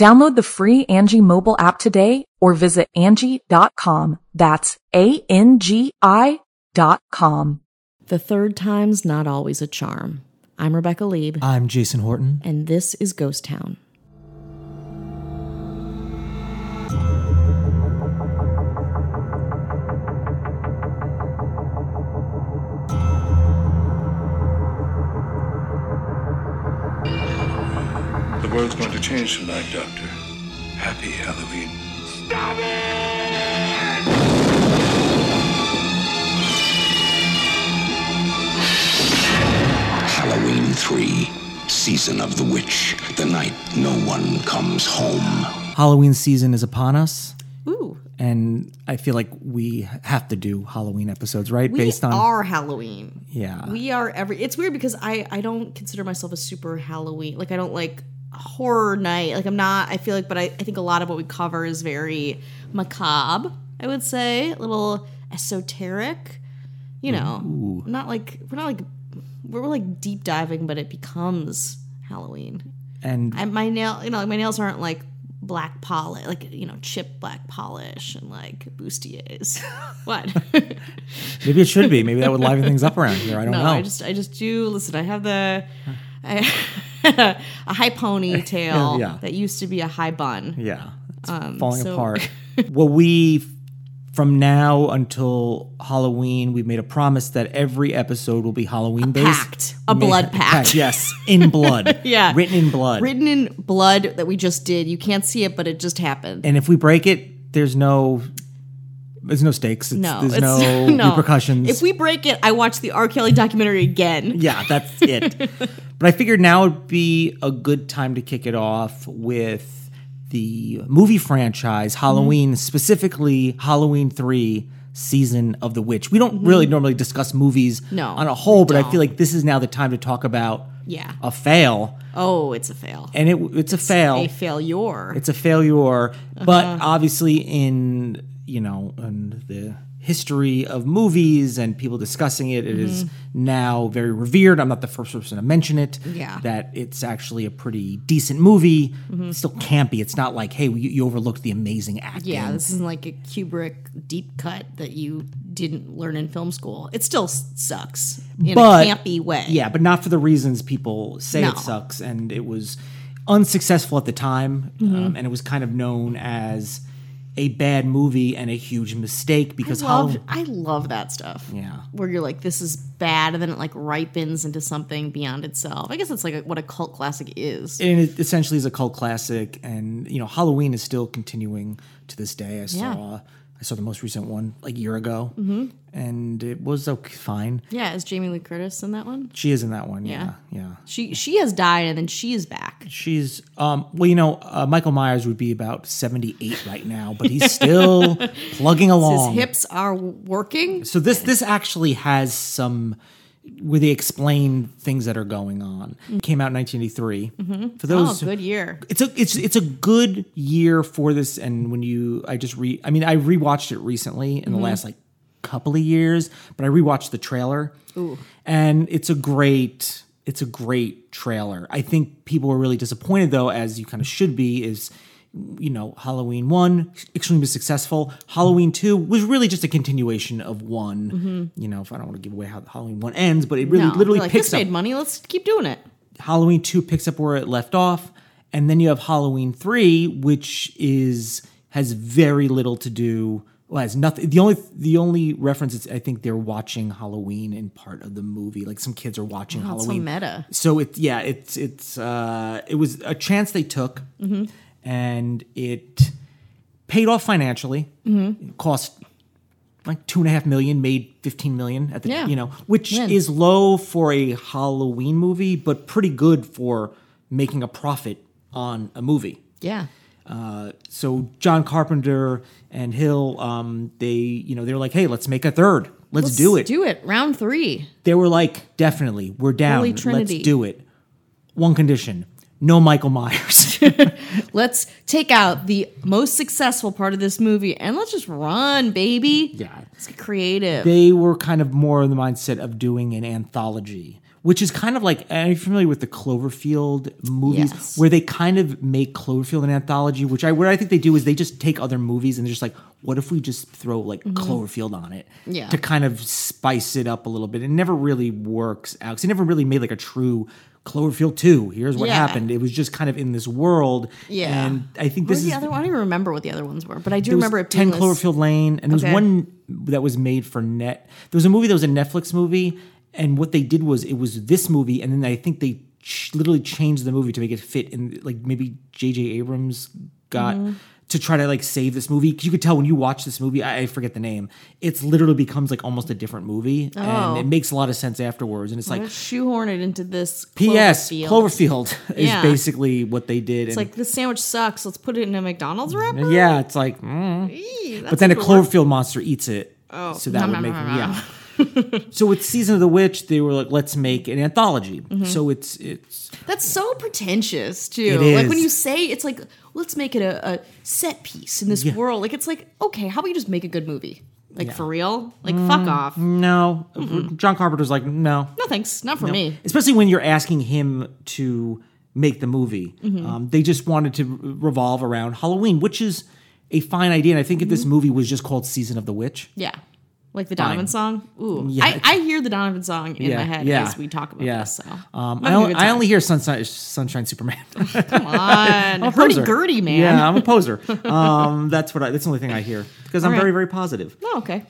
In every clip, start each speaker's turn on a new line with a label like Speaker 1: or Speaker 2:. Speaker 1: Download the free Angie mobile app today or visit Angie.com. That's A-N-G-I dot com.
Speaker 2: The third time's not always a charm. I'm Rebecca Lieb,
Speaker 3: I'm Jason Horton.
Speaker 2: and this is Ghost Town.
Speaker 4: The world's going to change tonight, Doctor. Happy Halloween.
Speaker 5: Halloween 3, Season of the Witch, the night no one comes home.
Speaker 3: Halloween season is upon us,
Speaker 6: Ooh,
Speaker 3: and I feel like we have to do Halloween episodes, right?
Speaker 6: we
Speaker 3: Based on
Speaker 6: are Halloween.
Speaker 3: yeah,
Speaker 6: We are every. It's weird because I I don't consider myself a super Halloween. Like I don't like horror night. Like I'm not. I feel like, but I, I think a lot of what we cover is very macabre. I would say a little esoteric. You know, not like we're not like we're, we're like deep diving, but it becomes Halloween.
Speaker 3: and
Speaker 6: I, my nail, you know, like my nails aren't like black polish, like you know, chip black polish and like bustiers. what?
Speaker 3: maybe it should be. Maybe that would liven things up around here. I don't
Speaker 6: No,
Speaker 3: know.
Speaker 6: I just I just do listen. I have the I, a high ponytail
Speaker 3: Yeah.
Speaker 6: that used to be a high bun.
Speaker 3: yeah, it's falling
Speaker 6: um, so-
Speaker 3: apart. well, we from now until Halloween, we've made a promise that every episode will be Halloween based.
Speaker 6: pact. A blood pact.
Speaker 3: Yes, in blood.
Speaker 6: Yeah.
Speaker 3: written in blood.
Speaker 6: Written in blood that we just did. You can't see it, but it just happened.
Speaker 3: and if we break it, there's no. There's no stakes. It's,
Speaker 6: no,
Speaker 3: there's
Speaker 6: it's-
Speaker 3: no, repercussions.
Speaker 6: If we break it, I watch the R. Kelly documentary again.
Speaker 3: Yeah, that's it. but I figured now would be a good time to kick it off with the movie franchise
Speaker 6: Mm-hmm.
Speaker 3: Halloween, specifically Halloween 3 Season of the Witch. We don't really normally discuss movies
Speaker 6: Mm-hmm. No,
Speaker 3: on a whole,
Speaker 6: we
Speaker 3: but I
Speaker 6: don't.
Speaker 3: feel like this is now the time to talk about
Speaker 6: Yeah.
Speaker 3: a fail.
Speaker 6: Oh, it's a fail.
Speaker 3: And it, it's a fail.
Speaker 6: A failure.
Speaker 3: It's a failure, but
Speaker 6: Uh-huh.
Speaker 3: obviously in you know in the history of movies and people discussing it, it is now very revered. I'm not the first person to mention it.
Speaker 6: Mm-hmm. Yeah. Mm-hmm.
Speaker 3: that it's actually a pretty decent movie. Still campy. It's not like hey, you, you overlooked the amazing acting.
Speaker 6: Yeah, this isn't like a Kubrick deep cut that you didn't learn in film school. It still s- sucks in
Speaker 3: But-
Speaker 6: a campy way.
Speaker 3: Yeah, but not for the reasons people say
Speaker 6: No.
Speaker 3: it sucks. And it was unsuccessful at the time.
Speaker 6: Mm-hmm.
Speaker 3: Um, and it was kind of known as a bad movie and a huge mistake because
Speaker 6: Love,
Speaker 3: Hallow-
Speaker 6: I love that stuff.
Speaker 3: Yeah.
Speaker 6: Where you're like, this is bad, and then it like ripens into something beyond itself. I guess that's like a, what a cult classic is.
Speaker 3: and it essentially is a cult classic and you know halloween is still continuing to this day i saw i saw the most recent one like a year ago mm-hmm. and it was okay, fine
Speaker 6: yeah, is Jamie Lee Curtis in that one?
Speaker 3: she is in that one yeah yeah,
Speaker 6: She she has died, and then she is back.
Speaker 3: she's um well you know uh, michael myers would be about 78 right now but he's still plugging
Speaker 6: His
Speaker 3: along
Speaker 6: hips are working.
Speaker 3: so this this actually has some where they explain things that are going on came out in 1983 for
Speaker 6: Oh,
Speaker 3: those who-
Speaker 6: good year.
Speaker 3: it's a it's it's a good year for this and when you I just re I mean I rewatched it recently in
Speaker 6: Mm-hmm.
Speaker 3: the last like couple of years but I rewatched the trailer and it's a great it's a great trailer I think people were really disappointed though as you kind of should be is you know Halloween 1 extremely successful Halloween 2 was really just a continuation of one you know if I don't want to give away how Halloween 1 ends but it really
Speaker 6: Mm-hmm. No,
Speaker 3: literally
Speaker 6: they're like,
Speaker 3: picks
Speaker 6: this
Speaker 3: up
Speaker 6: made money. Let's keep doing it.
Speaker 3: Halloween 2 picks up where it left off, and then you have Halloween 3, which is has very little to do Well, it's nothing. The only the only reference is I think they're watching Halloween in part of the movie. Like some kids are watching
Speaker 6: Oh, it's so
Speaker 3: Halloween.
Speaker 6: meta.
Speaker 3: So it yeah, it's it's uh it was a chance they took
Speaker 6: Mm-hmm.
Speaker 3: and it paid off financially.
Speaker 6: Mm-hmm.
Speaker 3: It cost like two and a half million, made fifteen million at the
Speaker 6: Yeah.
Speaker 3: you know, which
Speaker 6: Win.
Speaker 3: is low for a Halloween movie, but pretty good for making a profit on a movie.
Speaker 6: Yeah.
Speaker 3: Uh, so John Carpenter and Hill, um, they you know they were like, hey, let's make a third. Let's, do it
Speaker 6: Do it. Round three.
Speaker 3: they were like, definitely, we're down.
Speaker 6: Holy
Speaker 3: Let's
Speaker 6: Trinity.
Speaker 3: do it. One condition no Michael Myers.
Speaker 6: Let's take out the most successful part of this movie and let's just run, baby.
Speaker 3: Yeah.
Speaker 6: Let's get creative.
Speaker 3: they were kind of more in the mindset of doing an anthology, which is kind of like are you familiar with the Cloverfield movies
Speaker 6: Yes.
Speaker 3: where they kind of make Cloverfield an anthology, which I what I think they do is they just take other movies and they're just like, what if we just throw like Cloverfield on it?
Speaker 6: Mm-hmm. Yeah.
Speaker 3: To kind of spice it up a little bit. It never really works out. 'cause It never really made like a true Cloverfield 2. Here's what
Speaker 6: Yeah.
Speaker 3: happened. It was just kind of in this world.
Speaker 6: Yeah.
Speaker 3: And I think
Speaker 6: what was
Speaker 3: this is
Speaker 6: the other one? I don't even remember what the other ones were, but I do
Speaker 3: there was
Speaker 6: remember it being
Speaker 3: Ten
Speaker 6: this-
Speaker 3: Cloverfield Lane, and there was
Speaker 6: Okay.
Speaker 3: one that was made for net. There was a movie that was a Netflix movie, and what they did was it was this movie, and then I think they ch- literally changed the movie to make it fit in, like maybe J.J. Abrams got.
Speaker 6: Mm-hmm.
Speaker 3: To try to like save this movie, because you could tell when you watch this movie, I, I forget the name. It's literally becomes like almost a different movie, and
Speaker 6: Oh.
Speaker 3: it makes a lot of sense afterwards. And it's like,
Speaker 6: Let's shoehorn it into this.
Speaker 3: P.S.
Speaker 6: Cloverfield.
Speaker 3: Cloverfield, is
Speaker 6: Yeah.
Speaker 3: basically what they did.
Speaker 6: It's
Speaker 3: and,
Speaker 6: like this sandwich sucks. Let's put it in a McDonald's wrapper.
Speaker 3: yeah, it's like, mm.
Speaker 6: Eee, that's
Speaker 3: but then a
Speaker 6: cool word.
Speaker 3: Cloverfield monster eats it. Oh, so that
Speaker 6: Nom,
Speaker 3: would
Speaker 6: nom,
Speaker 3: make
Speaker 6: nom, nom,
Speaker 3: yeah. so with season of the witch, they were like, let's make an anthology.
Speaker 6: Mm-hmm.
Speaker 3: So it's it's
Speaker 6: That's so pretentious too.
Speaker 3: It
Speaker 6: Like when
Speaker 3: is.
Speaker 6: you say it's like let's make it a, a set piece in this world. Like it's like okay, how about you just make a good movie? Like for real? Like
Speaker 3: Mm.
Speaker 6: fuck off. No
Speaker 3: no. John Carpenter's like no,
Speaker 6: thanks, not for me.
Speaker 3: especially when you're asking him to make the movie.
Speaker 6: Mm-hmm.
Speaker 3: Um, they just wanted to revolve around Halloween, which is a fine idea. And I think if
Speaker 6: Mm-hmm.
Speaker 3: this movie was just called Season of the Witch,
Speaker 6: Yeah. Like the Donovan song. Ooh, I, I hear the Donovan song in my head as we talk about
Speaker 3: yeah.
Speaker 6: this. So
Speaker 3: um,
Speaker 6: I'm having
Speaker 3: I,
Speaker 6: a
Speaker 3: only,
Speaker 6: good
Speaker 3: I
Speaker 6: time.
Speaker 3: only hear Sunshine, Sunshine Superman.
Speaker 6: come on, hurdy gurdy man.
Speaker 3: Yeah, I'm a poser. Um, that's what I, that's the only thing I hear because I'm
Speaker 6: right.
Speaker 3: very very positive.
Speaker 6: Oh, okay.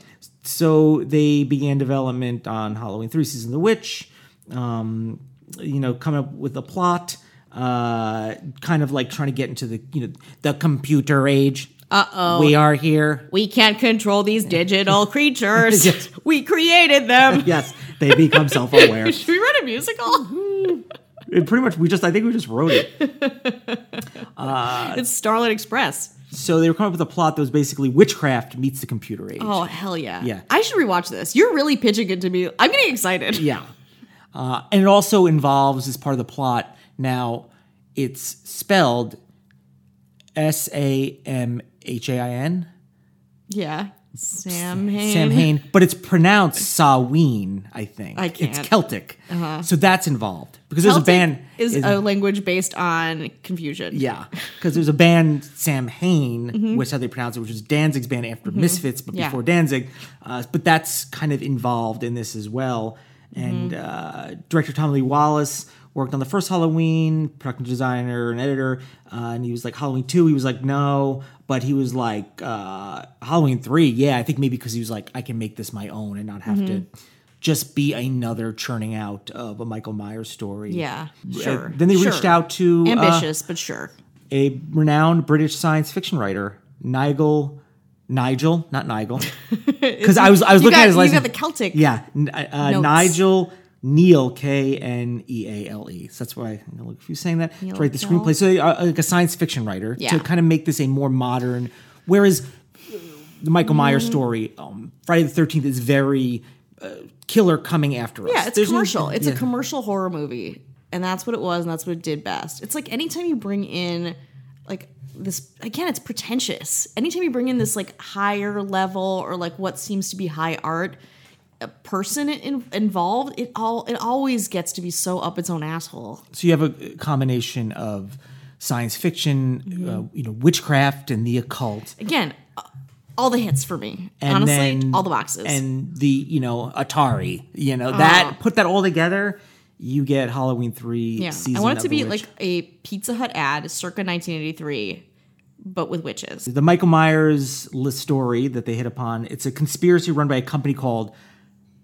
Speaker 3: So they began development on Halloween three season of the witch. Um, you know, coming up with a plot, uh, kind of like trying to get into the you know the computer age. Uh oh, we are here.
Speaker 6: We can't control these digital creatures. We created them.
Speaker 3: Yes, they become self aware.
Speaker 6: Should we write a
Speaker 3: Mm-hmm.
Speaker 6: musical?
Speaker 3: Pretty much, we just I think we just wrote it.
Speaker 6: it's Starlight Express.
Speaker 3: So they were coming up with a plot that was basically witchcraft meets the computer age.
Speaker 6: Oh hell yeah!
Speaker 3: Yeah.
Speaker 6: I should rewatch this. You're really pitching it to me. I'm getting excited.
Speaker 3: Yeah. Uh, and it also involves, as part of the plot, now it's spelled S A M H A I N,
Speaker 6: Yeah, Sam Hain.
Speaker 3: Sam Hain, but it's pronounced Saween, I think.
Speaker 6: Mm-hmm. I can't. Uh-huh.
Speaker 3: It's Celtic. So that's involved. Because there's a
Speaker 6: Celtic
Speaker 3: band.
Speaker 6: is, a language based on confusion.
Speaker 3: yeah. Because there's a band, Sam Hain, which is how they pronounce it, which is Danzig's band after Misfits, but
Speaker 6: Mm-hmm. Yeah.
Speaker 3: before Danzig. Uh, but that's kind of involved in this as well.
Speaker 6: Mm-hmm.
Speaker 3: And uh, director Tom Lee Wallace worked on the first Halloween, production designer and editor. Uh, and he was like, Halloween 2, he was like, no. But he was like, uh, Halloween 3, yeah, I think maybe because he was like, I can make this my own and not have
Speaker 6: Mm-hmm.
Speaker 3: to just be another churning out of a Michael Myers story.
Speaker 6: yeah,
Speaker 3: Uh,
Speaker 6: sure.
Speaker 3: then they
Speaker 6: sure.
Speaker 3: reached out to uh,
Speaker 6: ambitious, but sure.
Speaker 3: a renowned British science fiction writer, Nigel, Nigel, not Nigel, because I was I was
Speaker 6: You
Speaker 3: looking
Speaker 6: got,
Speaker 3: at his
Speaker 6: you
Speaker 3: last
Speaker 6: got the
Speaker 3: name.
Speaker 6: Celtic.
Speaker 3: yeah, n- uh,
Speaker 6: Notes.
Speaker 3: Nigel Neal K N E A L E. So that's why I look if you saying that to write the
Speaker 6: Neal.
Speaker 3: screenplay. So uh, like a science fiction writer
Speaker 6: Yeah.
Speaker 3: to kind of make this a more modern. Whereas the Michael Myers
Speaker 6: Mm.
Speaker 3: story, um, Friday the Thirteenth, is very uh, killer coming after us.
Speaker 6: Yeah, it's
Speaker 3: There's no-
Speaker 6: commercial. it's a
Speaker 3: yeah.
Speaker 6: commercial horror movie, and that's what it was, and that's what it did best. It's like anytime you bring in like this again, it's pretentious. Anytime you bring in this like higher level or like what seems to be high art a person in, involved, it all it always gets to be so up its own asshole.
Speaker 3: so you have a combination of science fiction,
Speaker 6: Mm-hmm.
Speaker 3: uh, you know, witchcraft and the occult.
Speaker 6: Again, uh, all the hits for me.
Speaker 3: And
Speaker 6: Honestly,
Speaker 3: then-
Speaker 6: all the boxes. Uh-huh.
Speaker 3: and the you know Atari. You know that put that all together, you get Halloween three.
Speaker 6: yeah,
Speaker 3: season
Speaker 6: I want it
Speaker 3: of
Speaker 6: to
Speaker 3: the
Speaker 6: be
Speaker 3: witch.
Speaker 6: like a Pizza Hut ad circa 1983. but with witches.
Speaker 3: The Michael Myers list story that they hit upon, it's a conspiracy run by a company called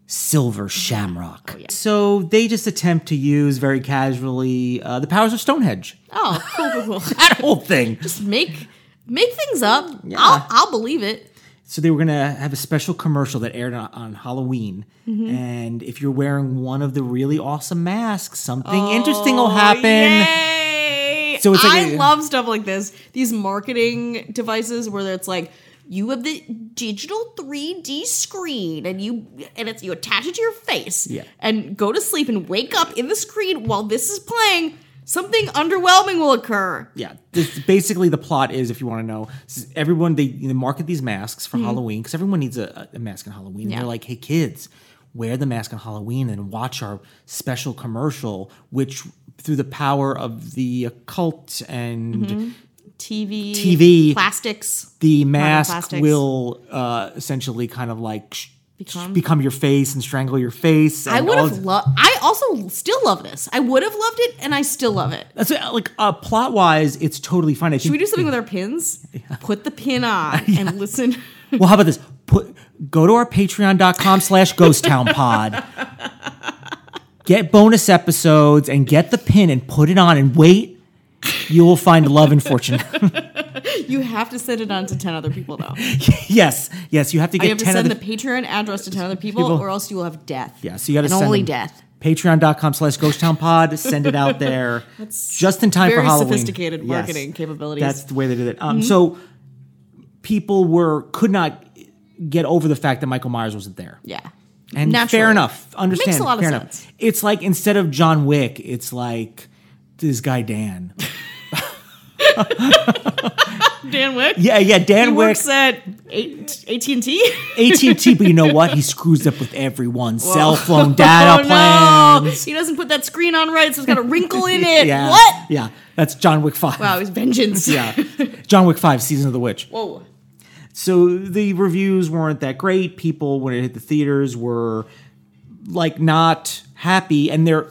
Speaker 3: Silver
Speaker 6: Mm-hmm. Oh,
Speaker 3: Shamrock. So they just attempt to use very casually uh, the powers of Stonehenge.
Speaker 6: Oh, cool, cool, cool.
Speaker 3: That whole thing.
Speaker 6: make make things up. I'll I'll believe it.
Speaker 3: So they were going to have a special commercial that aired on, on Halloween. And if you're wearing one of the really awesome masks, something interesting will happen.
Speaker 6: Yay!
Speaker 3: So it's like
Speaker 6: I
Speaker 3: a-
Speaker 6: love stuff like this. These marketing devices where it's like you have the digital 3D screen and you and it's you attach it to your face
Speaker 3: Yeah.
Speaker 6: and go to sleep and wake up in the screen while this is playing. Something underwhelming will occur.
Speaker 3: yeah this, basically the plot is if you want to know s- everyone they you know, market these masks for halloween because everyone needs a, a mask on halloween and they're like hey kids wear the mask on halloween and watch our special commercial which through the power of the occult and
Speaker 6: TV,
Speaker 3: TV.
Speaker 6: plastics.
Speaker 3: the mask
Speaker 6: plastics.
Speaker 3: will uh, essentially kind of like sh-
Speaker 6: Become?
Speaker 3: become your face and strangle your face
Speaker 6: I
Speaker 3: and
Speaker 6: would
Speaker 3: all
Speaker 6: have
Speaker 3: this-
Speaker 6: loved. I also still love this. I would have loved it, and I still love it.
Speaker 3: that's it, like uh, plot wise it's totally fine I
Speaker 6: Should we
Speaker 3: think-
Speaker 6: do something with our pins? Put the pin on and listen.
Speaker 3: Well, how about this? Put go to our patreon.com slash ghost town pod. Get bonus episodes and get the pin and put it on and wait. You will find love and fortune.
Speaker 6: You have to send it on to 10 other people, though. You
Speaker 3: yes, yes, you have to get
Speaker 6: have to
Speaker 3: ten of
Speaker 6: send
Speaker 3: the,
Speaker 6: the Patreon address to 10 other people,
Speaker 3: People.
Speaker 6: or else you will have death.
Speaker 3: yeah. So you got to
Speaker 6: and
Speaker 3: send
Speaker 6: only
Speaker 3: them.
Speaker 6: death.
Speaker 3: Patreon.com slash ghost town pod. Send it out there just in time for
Speaker 6: very
Speaker 3: Halloween.
Speaker 6: sophisticated
Speaker 3: Yes.
Speaker 6: marketing capabilities. Mm-hmm.
Speaker 3: That's the way they did it. Um, So people were could not get over the fact that Michael Myers wasn't there.
Speaker 6: Yeah.
Speaker 3: And fair
Speaker 6: Naturally.
Speaker 3: enough. Understand.
Speaker 6: Makes a lot of
Speaker 3: fair
Speaker 6: sense.
Speaker 3: Enough. It's like instead of John Wick, it's like this guy Dan.
Speaker 6: Dan Wick?
Speaker 3: Yeah, yeah, Dan
Speaker 6: He
Speaker 3: Wick,
Speaker 6: works at eight- AT&T?
Speaker 3: AT and T. But you know what? He screws up with everyone. Cell phone data
Speaker 6: oh,
Speaker 3: plan.
Speaker 6: no. He doesn't put that screen on right, so it's got a wrinkle in it.
Speaker 3: Yeah,
Speaker 6: What?
Speaker 3: Yeah, that's John Wick Five.
Speaker 6: Wow, it's vengeance.
Speaker 3: Yeah, John Wick Five, Season of the Witch.
Speaker 6: Whoa.
Speaker 3: So the reviews weren't that great. People, when it hit the theaters, were like not happy, and they're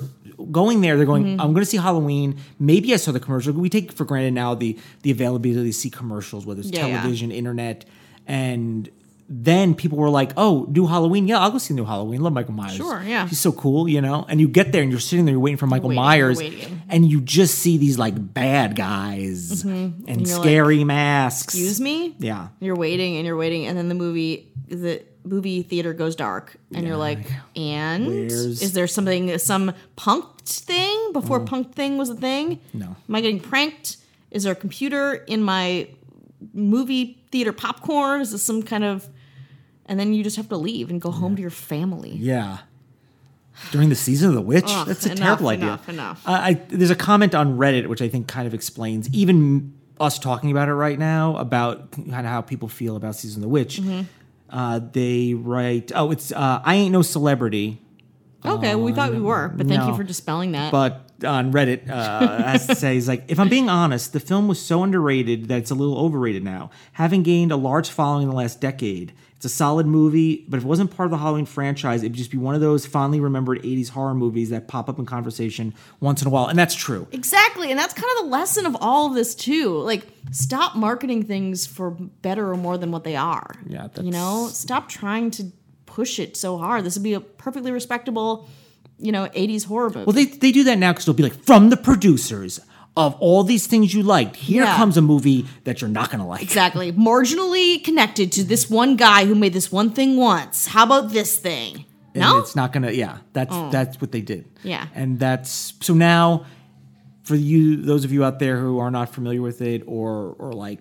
Speaker 3: going there. They're going.
Speaker 6: Mm-hmm.
Speaker 3: I'm going to see Halloween. Maybe I saw the commercial. We take for granted now the the availability to see commercials, whether it's
Speaker 6: Yeah, yeah.
Speaker 3: television, internet, and then people were like, "Oh, new Halloween? Yeah, I'll go see new Halloween. Love Michael Myers.
Speaker 6: Sure, yeah.
Speaker 3: he's so cool, you know." And you get there, and you're sitting there, you're waiting for Michael
Speaker 6: Waiting,
Speaker 3: Myers,
Speaker 6: waiting. Mm-hmm.
Speaker 3: and you just see these like bad guys and
Speaker 6: you're like,
Speaker 3: scary masks.
Speaker 6: Excuse me?
Speaker 3: Yeah.
Speaker 6: You're waiting and you're waiting, and then the movie the movie theater goes dark, and you're like, and
Speaker 3: where's- Mm.
Speaker 6: is there something some punked thing before punked thing was a thing?
Speaker 3: No.
Speaker 6: Am I getting pranked? Is there a computer in my movie theater popcorn? Is this some kind of? And then you just have to leave and go home to your family.
Speaker 3: Yeah. During the season of the witch,
Speaker 6: Ugh,
Speaker 3: that's a
Speaker 6: enough,
Speaker 3: terrible idea.
Speaker 6: enough, enough.
Speaker 3: I, I, there's a comment on Reddit which I think kind of explains even us talking about it right now about kind of how people feel about season of the witch.
Speaker 6: Mm-hmm.
Speaker 3: Uh, they write, "Oh, it's uh, I ain't no celebrity."
Speaker 6: Okay, well, we thought we were, but thank
Speaker 3: no.
Speaker 6: you for dispelling that.
Speaker 3: but on Reddit uh, has to say, he's like, if I'm being honest, the film was so underrated that it's a little overrated now. Having gained a large following in the last decade, it's a solid movie, but if it wasn't part of the Halloween franchise, it'd just be one of those fondly remembered 80s horror movies that pop up in conversation once in a while. And that's true.
Speaker 6: Exactly, and that's kind of the lesson of all of this too. Like, stop marketing things for better or more than what they are.
Speaker 3: Yeah,
Speaker 6: you know,
Speaker 3: that's-
Speaker 6: stop trying to push it so hard. This would be a perfectly respectable, you know, '80s horror movie.
Speaker 3: Well, they, they do that now because they'll be like, from the producers of all these things you liked, here
Speaker 6: Yeah.
Speaker 3: comes a movie that you're not going to like.
Speaker 6: exactly, marginally connected to this one guy who made this one thing once. How about this thing?
Speaker 3: and
Speaker 6: No, Oh.
Speaker 3: it's not gonna yeah that's that's what they did
Speaker 6: Yeah.
Speaker 3: and that's so now for you those of you out there who are not familiar with it or or like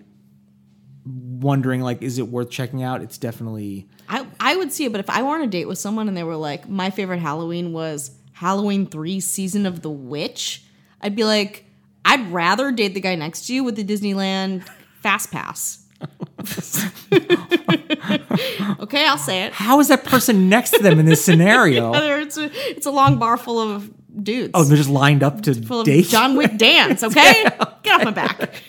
Speaker 3: wondering like is it worth checking out it's definitely
Speaker 6: I I would see it, but if I were on a date with someone and they were like, my favorite Halloween was Halloween three season of the witch, I'd be like, I'd rather date the guy next to you with the Disneyland fast pass. okay, I'll say it.
Speaker 3: how is that person next to them in this scenario
Speaker 6: Whether It's a, it's a long bar full of dudes.
Speaker 3: oh they're just lined up to
Speaker 6: full of
Speaker 3: date
Speaker 6: John Wick dance, okay? Get off my back.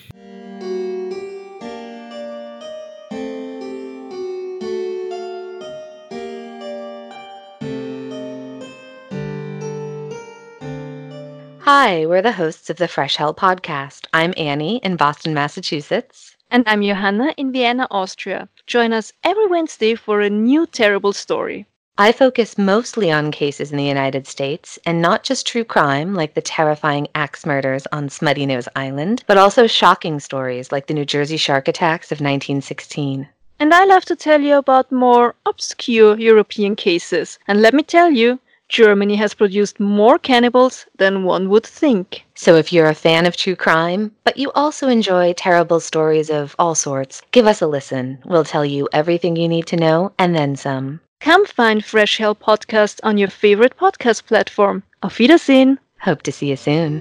Speaker 7: Hi, we're the hosts of the Fresh Hell podcast. I'm Annie in Boston, Massachusetts. And I'm Johanna in Vienna, Austria. Join us every Wednesday for a new terrible story.
Speaker 8: I focus mostly on cases in the United States, and not just true crime like the terrifying axe murders on Smutty Nose Island, but also shocking stories like the New Jersey shark attacks of 1916.
Speaker 7: And I love to tell you about more obscure European cases. And let me tell you, Germany has produced more cannibals than one would think.
Speaker 8: So if you're a fan of true crime, but you also enjoy terrible stories of all sorts, give us a listen. We'll tell you everything you need to know and then some.
Speaker 7: Come find Fresh Hell Podcast on your favorite podcast platform. Auf Wiedersehen!
Speaker 8: Hope to see you soon.